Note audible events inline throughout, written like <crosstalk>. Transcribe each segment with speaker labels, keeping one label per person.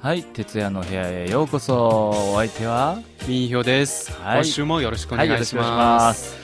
Speaker 1: はい、徹夜の部屋へようこそ。お相手は
Speaker 2: 民票です、
Speaker 1: はい
Speaker 2: 今週もよろしく
Speaker 1: は
Speaker 2: お願
Speaker 1: い、よろ
Speaker 2: い
Speaker 1: し
Speaker 2: し
Speaker 1: くお願いし
Speaker 2: ま。
Speaker 1: ますす。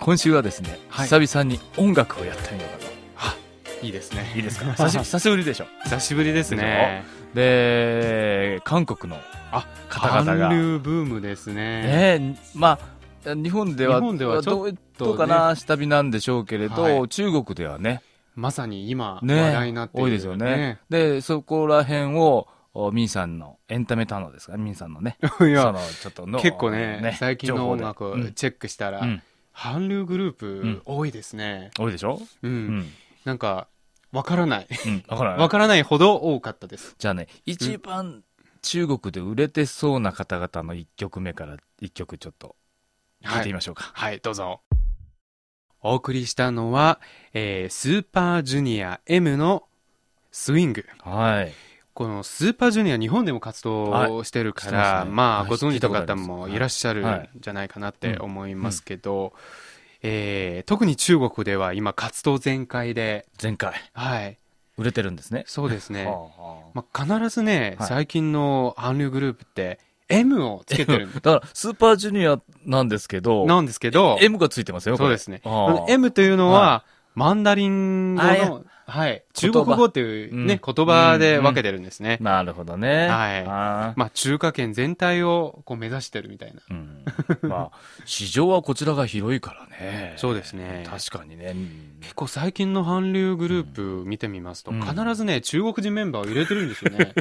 Speaker 1: 今週はですね、
Speaker 2: はい
Speaker 1: 久々に音楽をやってみようかと。
Speaker 2: いいです
Speaker 1: いい
Speaker 2: ね。
Speaker 1: ですか
Speaker 2: <laughs>
Speaker 1: 久し久しぶりでしょ。
Speaker 2: 久しぶりですね。
Speaker 1: で、韓国の
Speaker 2: あ
Speaker 1: 方々が、
Speaker 2: 韓
Speaker 1: ね
Speaker 2: 流ブームですね。
Speaker 1: え、まあ、日本では
Speaker 2: 日本ではちょ
Speaker 1: どうどうかな、下火なんでしょうけれど、
Speaker 2: はい
Speaker 1: 中国ではね、
Speaker 2: まさに今、
Speaker 1: ね
Speaker 2: 話題になっている、
Speaker 1: 多いですよね。。で、そこら辺を、おミンさんのエンタメタのですか、ミンさんのね、
Speaker 2: <laughs> い
Speaker 1: そ
Speaker 2: や、
Speaker 1: のちょっとの
Speaker 2: 結構ね最近の音楽
Speaker 1: 情報
Speaker 2: を
Speaker 1: でうん
Speaker 2: チェックしたら、
Speaker 1: うん
Speaker 2: 韓流グルー
Speaker 1: ん
Speaker 2: プ多いですね。
Speaker 1: 多いでしょ、
Speaker 2: うん。
Speaker 1: うん
Speaker 2: なんか、わからない。
Speaker 1: うん、わからない
Speaker 2: <laughs> わからないほど多かったです。
Speaker 1: じゃあね、一番中国で売れてそうな方々の1曲目から1曲ちょっと聞いてみましょうか。
Speaker 2: はい、どうぞ。お送りしたのは、えースーパージュニア M のスイング。
Speaker 1: はい。
Speaker 2: このスーパージュニア日本でも活動してるから、
Speaker 1: はいしてますね
Speaker 2: まあ
Speaker 1: はい
Speaker 2: ご存知の方
Speaker 1: 聞いたことあ
Speaker 2: も
Speaker 1: ります
Speaker 2: いらっしゃる
Speaker 1: はい
Speaker 2: んじゃないかなって思いますけど、えー特に中国では今活動全開で、
Speaker 1: 前回、
Speaker 2: はい、
Speaker 1: 売れてるんですね。
Speaker 2: そうですね。
Speaker 1: はあはあ
Speaker 2: まあ、必ずね、
Speaker 1: はい
Speaker 2: 最近の韓流グループって M をつけてる
Speaker 1: <laughs>
Speaker 2: ん
Speaker 1: だから、スーパージュニアなんですけど、
Speaker 2: なんですけど、
Speaker 1: M がついてますよ、こ
Speaker 2: そう
Speaker 1: れ
Speaker 2: ですね。
Speaker 1: あ
Speaker 2: あ
Speaker 1: ー
Speaker 2: の M というのは、
Speaker 1: は
Speaker 2: マンダリン語
Speaker 1: あいや
Speaker 2: の、はい、中国語というね、
Speaker 1: うん
Speaker 2: 言葉で分けてるんですね。
Speaker 1: なるほどね。
Speaker 2: はい
Speaker 1: あー
Speaker 2: まあ、中華圏全体をこう目指してるみたいな。
Speaker 1: うんまあ、市場はこちらが広いからね。
Speaker 2: そうですね
Speaker 1: 確かにね。うん
Speaker 2: 結構最近の韓流グループ見てみますと、
Speaker 1: うん
Speaker 2: 必ずね、中国人メンバーを入れてるんですよ
Speaker 1: <laughs>
Speaker 2: ね。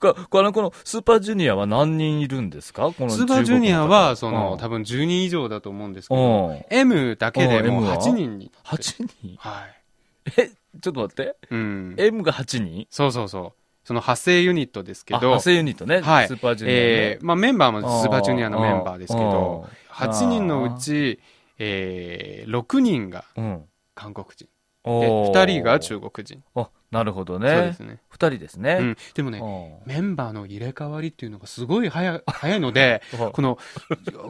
Speaker 1: ここの、このスーパージュニアは何人いるんですかこの
Speaker 2: スーパージュニアは、そ
Speaker 1: うん
Speaker 2: の、多分10人以上だと思うんですけど、
Speaker 1: 8
Speaker 2: M だけでも
Speaker 1: う
Speaker 2: うん
Speaker 1: M は
Speaker 2: 8人に。
Speaker 1: 人
Speaker 2: はい。
Speaker 1: ちょっと待って。
Speaker 2: うん。
Speaker 1: M が8人
Speaker 2: そうそうそう。その派生ユニットですけ
Speaker 1: あ、
Speaker 2: ど
Speaker 1: 派、生ユニットね。
Speaker 2: はい
Speaker 1: スーパージュニア、ね
Speaker 2: えー、まあメンバー
Speaker 1: あー
Speaker 2: もスーパージュニアのメンバーですけど、
Speaker 1: あー
Speaker 2: 8人のうち、えー、6人が
Speaker 1: うん。
Speaker 2: 韓国人。で、
Speaker 1: おー
Speaker 2: 2人が中国人。
Speaker 1: あ、なるほど
Speaker 2: そうで
Speaker 1: ね
Speaker 2: す。ね。
Speaker 1: 2人です
Speaker 2: う
Speaker 1: ね。
Speaker 2: ん。でもね、
Speaker 1: お
Speaker 2: メンバーの入れ替わりっていうのがすごい早い早いので、
Speaker 1: ー
Speaker 2: この、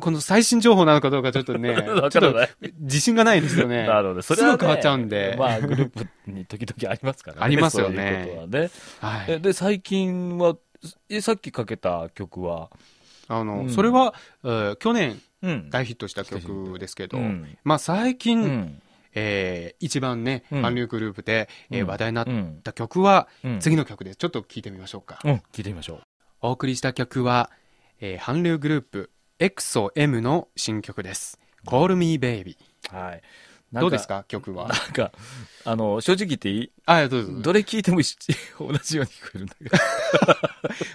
Speaker 2: この最新情報なのかどうかちょっとね、
Speaker 1: <laughs> わ
Speaker 2: ち
Speaker 1: か
Speaker 2: ょ
Speaker 1: ら
Speaker 2: っと
Speaker 1: ない。
Speaker 2: 自信がないんですよね。
Speaker 1: なるほど。それ
Speaker 2: す
Speaker 1: は、
Speaker 2: ぐ変わっちゃうんで。
Speaker 1: まあ、グループに時々ありますからね。
Speaker 2: <laughs> ありますよね
Speaker 1: そういうことはね。
Speaker 2: は
Speaker 1: え
Speaker 2: い。
Speaker 1: で、最近は、えさっきかけた曲は、
Speaker 2: あ
Speaker 1: う
Speaker 2: の、
Speaker 1: ん
Speaker 2: それは、えー去年
Speaker 1: うん。
Speaker 2: 大ヒットした曲ですけど、
Speaker 1: うん
Speaker 2: まあ最近、
Speaker 1: うん
Speaker 2: えー一番ね、
Speaker 1: うん
Speaker 2: 韓流グループで、えー話題になっ
Speaker 1: うん
Speaker 2: た曲は、
Speaker 1: うん
Speaker 2: 次の曲でちょっと聴いてみましょうか。
Speaker 1: うん、聞いてみましょう。
Speaker 2: お送りした曲は、えー、韓流グループ、EXO-M の新曲です。Call Me Baby。
Speaker 1: はい。なん
Speaker 2: どうですか曲は
Speaker 1: な。んか、あの、正直言っていい
Speaker 2: あ、どうぞどうぞ。
Speaker 1: どれ聞いても一緒同じように聞こえるんだけど。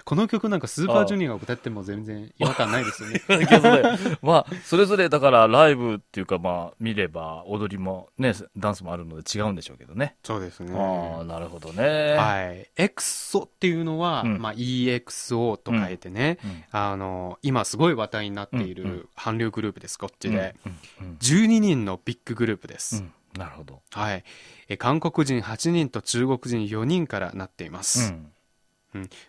Speaker 2: この曲なんかスーパージュニアが歌っても全然違和感ないですよね。
Speaker 1: だけどねまあ、それぞれだからライブっていうかまあ、見れば踊りもね、ダンスもあるので違うんでしょうけどね。
Speaker 2: そうですね
Speaker 1: ああ、
Speaker 2: は
Speaker 1: なるほどね。
Speaker 2: い。エクソっていうのは、
Speaker 1: うん
Speaker 2: まあ EXO と書いてね、
Speaker 1: うん
Speaker 2: あの、今すごい話題になってい
Speaker 1: うんう
Speaker 2: る韓流グループです、こっち
Speaker 1: うん
Speaker 2: で。
Speaker 1: うんうん
Speaker 2: 12人のビッググループで
Speaker 1: う
Speaker 2: す。
Speaker 1: んなるほど。
Speaker 2: はい。え韓国人8人と中国人4人からなっています。うん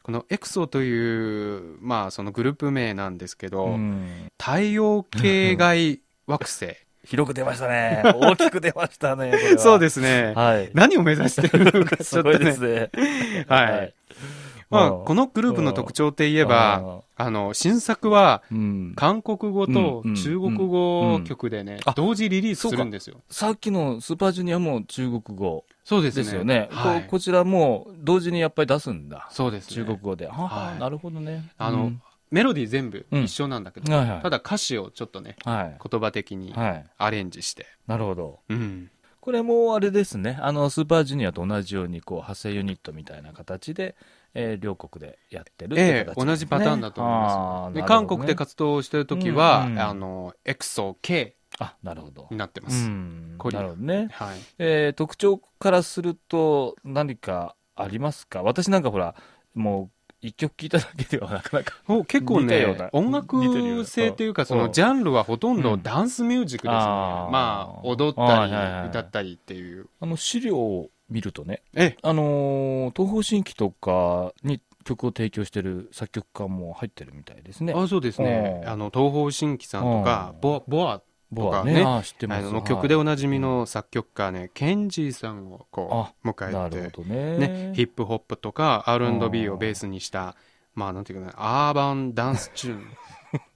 Speaker 2: このエクソという、まあそのグループ名なんですけど、
Speaker 1: うん
Speaker 2: 太陽系外
Speaker 1: <laughs>
Speaker 2: 惑星。
Speaker 1: 広く出ましたね。大きく出ましたね。これは
Speaker 2: そうですね。
Speaker 1: はい。
Speaker 2: 何を目指してるのか、ちょ
Speaker 1: <laughs> す
Speaker 2: っと
Speaker 1: ごいで
Speaker 2: ね
Speaker 1: す。ね。
Speaker 2: はい。まあ、このグループの特徴って言えば、あの、新作は、
Speaker 1: うん
Speaker 2: 韓国語と
Speaker 1: うんうん
Speaker 2: 中国語曲でね
Speaker 1: うんあ、
Speaker 2: 同時リリースするんですよ。
Speaker 1: さっきのスーパージュニアも中国語
Speaker 2: そうで
Speaker 1: ですよね。
Speaker 2: はい
Speaker 1: ここちらも同時にやっぱり出すんだ。
Speaker 2: そうですね。
Speaker 1: 中国語で。は
Speaker 2: はい
Speaker 1: なるほどね。
Speaker 2: あの、
Speaker 1: うん
Speaker 2: メロディー全部一緒なんだけど、
Speaker 1: はいはい
Speaker 2: ただ歌詞をちょっとね、
Speaker 1: はい。
Speaker 2: 言葉的に
Speaker 1: はい。
Speaker 2: アレンジして。
Speaker 1: なるほど。
Speaker 2: うん。
Speaker 1: これもあれですね。あの、スーパージュニアと同じように、こう、派生ユニットみたいな形で、えー両国でやってるって
Speaker 2: ええ
Speaker 1: 形ですね
Speaker 2: 同じパターンだと思い
Speaker 1: あ
Speaker 2: ま
Speaker 1: ー
Speaker 2: す。で、
Speaker 1: なるほどね
Speaker 2: 韓国で活動してるときは、
Speaker 1: うんうん
Speaker 2: あの、エクソ K
Speaker 1: あ、なるほど
Speaker 2: に。なってま
Speaker 1: う
Speaker 2: す。
Speaker 1: ん。
Speaker 2: コリア
Speaker 1: なるほどね。
Speaker 2: はい。
Speaker 1: えー特徴からすると何かありますか私なんかほら、もう一曲聴いただけではなかなか。
Speaker 2: お結構
Speaker 1: 似たような
Speaker 2: ね、音
Speaker 1: 似てるよう
Speaker 2: 楽
Speaker 1: な
Speaker 2: 性というか、そ
Speaker 1: うん
Speaker 2: のジャンルはほとん
Speaker 1: う
Speaker 2: ど
Speaker 1: ん
Speaker 2: ダンスミュージックですね。
Speaker 1: あー
Speaker 2: まあ、踊っ
Speaker 1: あ
Speaker 2: た
Speaker 1: ーはいはいはい
Speaker 2: り、歌ったりっていう。
Speaker 1: あの、資料を見るとね、
Speaker 2: え、
Speaker 1: あのー東方神起とかに曲を提供してる作曲家も入ってるみたいですね。
Speaker 2: あそうですね。
Speaker 1: うん
Speaker 2: あの、東方神起さんとか
Speaker 1: うん、
Speaker 2: ボボア
Speaker 1: 僕は
Speaker 2: とかね
Speaker 1: あー知ってま
Speaker 2: あ
Speaker 1: す。
Speaker 2: の曲でお
Speaker 1: はい
Speaker 2: なじみの作曲家ね、ケンジーさんをこう、
Speaker 1: あ
Speaker 2: 迎
Speaker 1: な
Speaker 2: え
Speaker 1: る
Speaker 2: て、
Speaker 1: ほどね。
Speaker 2: ね、ヒップホップとか
Speaker 1: ん
Speaker 2: R&B をベースにしたまあなんていうかねアーバンダンスチューン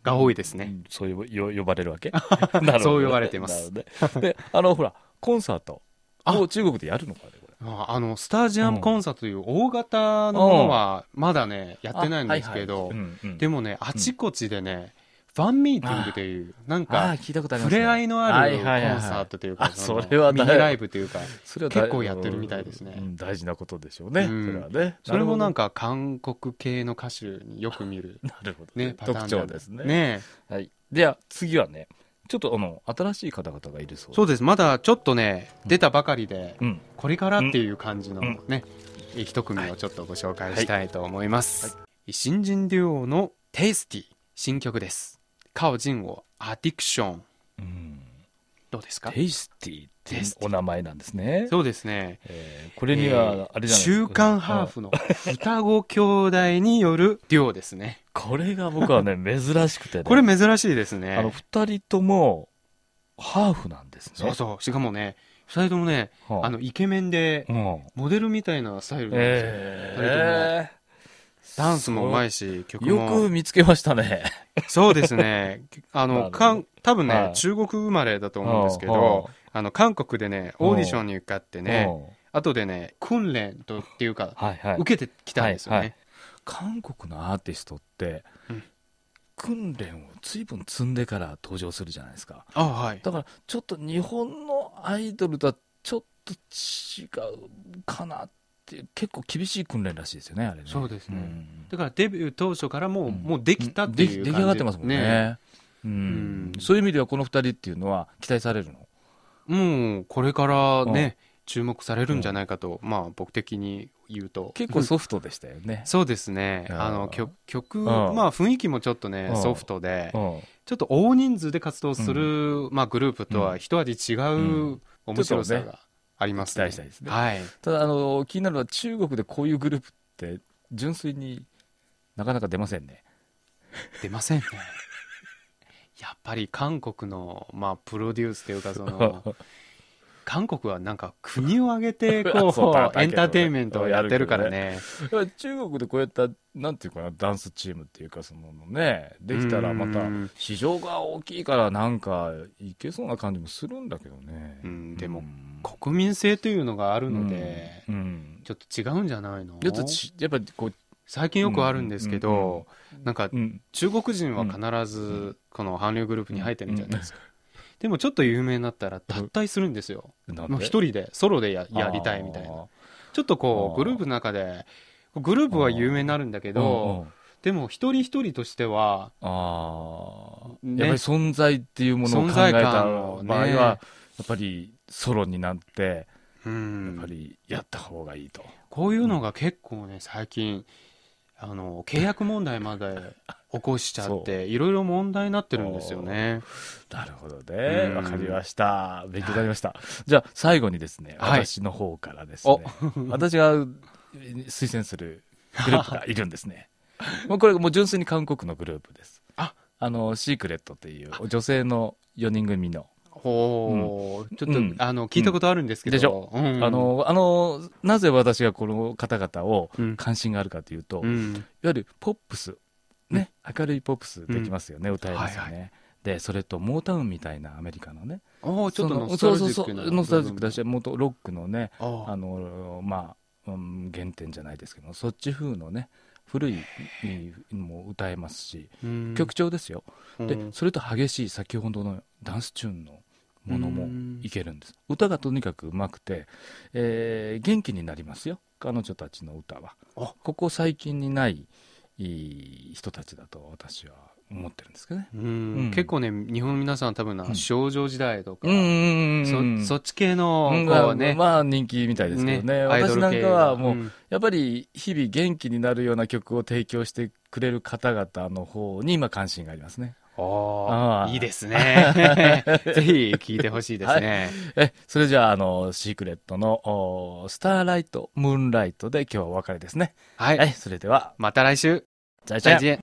Speaker 2: が多いです
Speaker 1: う
Speaker 2: ね
Speaker 1: んそう呼ばよ呼ばれるわ
Speaker 2: <laughs>
Speaker 1: けなるほどね
Speaker 2: そう呼ばれています
Speaker 1: なるほどねで、あの、ほら、コンサート
Speaker 2: あ
Speaker 1: を中国でやるのかね、これ。
Speaker 2: ああのスタジアムコンサートという大型のものはまだねやってないんですけ
Speaker 1: あ
Speaker 2: ど
Speaker 1: はいはいうんうん
Speaker 2: でもねあちこちでねファンミーティングというなん
Speaker 1: あ
Speaker 2: か
Speaker 1: あ、聞いたことありま
Speaker 2: 触
Speaker 1: す、ね。
Speaker 2: れ合いのあるコンサ
Speaker 1: はいはいはいは
Speaker 2: ー
Speaker 1: い
Speaker 2: トというか
Speaker 1: あそれは
Speaker 2: ミ
Speaker 1: だ
Speaker 2: ニライブというか
Speaker 1: それは
Speaker 2: 結構やってるみたいですね
Speaker 1: うん大事なことでしょうね。
Speaker 2: うん
Speaker 1: それはね。
Speaker 2: それもなん
Speaker 1: か、
Speaker 2: か韓国系の歌手によく見る
Speaker 1: なるほ <laughs> ど
Speaker 2: ね
Speaker 1: ね。
Speaker 2: パターン
Speaker 1: 特
Speaker 2: な
Speaker 1: 徴
Speaker 2: ん
Speaker 1: ですね。
Speaker 2: ね
Speaker 1: はい。では、次はね、ちょっとあの、新しい方々がいるそう
Speaker 2: そうですまだちょっとね出たばかりで
Speaker 1: うん。
Speaker 2: これからっていう感じのね、一組をちょっとご紹介したいと思います、
Speaker 1: はい
Speaker 2: 新人デュオのテイスティ新曲です「カオジンをアディクション
Speaker 1: うん。」
Speaker 2: どうですか
Speaker 1: テイスティってい
Speaker 2: テイ
Speaker 1: う
Speaker 2: スティ
Speaker 1: お名前なんですね。
Speaker 2: そうですね
Speaker 1: えーこれには、あれじゃない
Speaker 2: 週刊ハーフの双子兄弟によるデュオです
Speaker 1: <laughs>
Speaker 2: ね
Speaker 1: これが僕
Speaker 2: <laughs>
Speaker 1: はね、珍しくてね。
Speaker 2: これ珍しいです
Speaker 1: あの、
Speaker 2: ね
Speaker 1: 二人とも、ハーフなんですね。
Speaker 2: そうそうしかもね2人ともね
Speaker 1: は
Speaker 2: あのイケメンで
Speaker 1: うん。
Speaker 2: モデルみたいなスタイルなんですよ、
Speaker 1: ええ
Speaker 2: ダンスもうまいし曲も
Speaker 1: よく見つけましたね。
Speaker 2: そうですね。あ
Speaker 1: なる <laughs> ほど
Speaker 2: の、かん多分ね、
Speaker 1: はい
Speaker 2: 中国生まれだと思うんですけ
Speaker 1: は
Speaker 2: ど、あの、韓国でね、オーディションに受かってね、
Speaker 1: うん
Speaker 2: 後でね、訓練とっていうか、
Speaker 1: はいはい。
Speaker 2: 受けてきたんですよ
Speaker 1: はいは
Speaker 2: ね
Speaker 1: い。韓国のアーティストって、
Speaker 2: うん
Speaker 1: 訓練を随分積んでから登場するじゃないですか。
Speaker 2: あはい。
Speaker 1: だから、ちょっと日本のアイドルとはちょっと違うかなっていう、結構厳しい訓練らしいですよね、あれね。
Speaker 2: そうですね
Speaker 1: ん
Speaker 2: だからデビュー当初からもう、
Speaker 1: うん
Speaker 2: もうできたっていう感じ
Speaker 1: でき出来上がってますもんね。うん
Speaker 2: うん
Speaker 1: そういう意味ではこの二人っていうのは期待されるの
Speaker 2: もう、これからね、注目されるんじゃないかと、まあ、僕的に言うと。
Speaker 1: 結構ソフトでしたよね。
Speaker 2: そうですね。
Speaker 1: いやー
Speaker 2: あの、曲、曲
Speaker 1: ん
Speaker 2: まあ、雰囲気もちょっとね
Speaker 1: う、ん
Speaker 2: ソフトで、
Speaker 1: うん
Speaker 2: ちょっと大人数で活動する、まあ、グループとは一味違
Speaker 1: う
Speaker 2: う面白さがあります
Speaker 1: 期待したいですね。
Speaker 2: はい、
Speaker 1: ただあの、気になるのは中国でこういうグループって純粋になかなか出ませんね。
Speaker 2: 出ません
Speaker 1: <laughs>
Speaker 2: ね。やっぱり韓国の、まあ、プロデュースというかその
Speaker 1: <laughs>
Speaker 2: 韓国はなんか国を挙げてこ
Speaker 1: そうだだけ
Speaker 2: う
Speaker 1: ど
Speaker 2: エンターテインメントをやってるからね
Speaker 1: だから中国でこうやった、なんていうかな、ダンスチームっていうか、そのね、できたらまた
Speaker 2: うん、
Speaker 1: 市場が大きいから、なんか、いけそうな感じもするんだけどね。
Speaker 2: うんでも
Speaker 1: うん
Speaker 2: 国民性というのがあるので、
Speaker 1: うんうん
Speaker 2: ちょっと違うんじゃないの
Speaker 1: ちょっとち、やっぱりこう、
Speaker 2: 最近よくあるんですけど、なんか
Speaker 1: うん、
Speaker 2: 中国人は必ずこの韓流グループに入ってるじゃないですか、でもちょっと有名になったら脱退するんですよ、
Speaker 1: な
Speaker 2: もう一人でソロでややりたいみたいなちょっとこ
Speaker 1: あ
Speaker 2: う
Speaker 1: ー
Speaker 2: グループの中でグループは有名になるんだけ
Speaker 1: け
Speaker 2: ど、でも一人一人としては
Speaker 1: ああ、
Speaker 2: ね
Speaker 1: やっぱり存在っていうものを考えた場合
Speaker 2: 存在感をね
Speaker 1: は、やっぱりソロになって、
Speaker 2: う
Speaker 1: やっぱ
Speaker 2: ん
Speaker 1: りやった方がいいと。
Speaker 2: こういうのが結構ね最近あの契約問題
Speaker 1: <laughs>
Speaker 2: まで起こしちゃっ
Speaker 1: そ
Speaker 2: ていろいろ問題になってるんですよね
Speaker 1: なるほどね
Speaker 2: う。ん
Speaker 1: わかりました。勉強になりました。じゃあ、最後にですね、
Speaker 2: はい
Speaker 1: 私の方からですね、私が推薦するグループ
Speaker 2: <laughs>
Speaker 1: がいるんですね。もうこれ、もう純粋に韓国のグループです。
Speaker 2: あ
Speaker 1: あの、シークレットっていう女性の4人組の、
Speaker 2: ほうちょっと、
Speaker 1: うん
Speaker 2: あの聞いたことあるんですけど、
Speaker 1: でしょ
Speaker 2: うん
Speaker 1: あの、あの、なぜ私がこの方々を
Speaker 2: うん
Speaker 1: 関心があるかというと、
Speaker 2: うん
Speaker 1: いわゆるポップス、ね、明るいポップスできますよね、歌えますよね、
Speaker 2: はい
Speaker 1: で、それとモータウンみたいなアメリカのね、
Speaker 2: おーちょっと
Speaker 1: その
Speaker 2: ノスタルジ
Speaker 1: そうそ
Speaker 2: ック
Speaker 1: う
Speaker 2: な
Speaker 1: そうノスタルジックだし、もっとロックのね、
Speaker 2: あー
Speaker 1: あのまあ、うん、原点じゃないですけど、そっち風のね、古いもう歌えますし、
Speaker 2: うん
Speaker 1: 曲調ですよ、
Speaker 2: う
Speaker 1: で
Speaker 2: ん
Speaker 1: それと激しい先ほどのダンスチューンのもの
Speaker 2: う
Speaker 1: も
Speaker 2: ん
Speaker 1: いけるんです、歌がとにかくうまくて、えー元気になりますよ、彼女たちの歌は。
Speaker 2: あ
Speaker 1: ここ最近にないいい人たちだと私は思ってるんですけどね。
Speaker 2: うん
Speaker 1: うん
Speaker 2: 結構ね日本の皆さん多分な
Speaker 1: うん
Speaker 2: 少女時代とか、
Speaker 1: ん
Speaker 2: そそっち系の
Speaker 1: うん
Speaker 2: こうね,、
Speaker 1: まあ人気みたいですけどね
Speaker 2: ね
Speaker 1: 私なんかはもう、
Speaker 2: ん
Speaker 1: やっぱり日々元気になるような曲を提供してくれる方々の方に今関心がありますね
Speaker 2: あ
Speaker 1: あ
Speaker 2: ー
Speaker 1: ー
Speaker 2: いいです
Speaker 1: <laughs>
Speaker 2: ね <laughs> ぜひ聞いてほしいですね、
Speaker 1: えそれじゃああのシークレットのおースターライトムーンライトで今日はお別れですね
Speaker 2: はい
Speaker 1: はいそれでは
Speaker 2: また来週
Speaker 1: じゃあじ
Speaker 2: 再
Speaker 1: ゃあ
Speaker 2: 见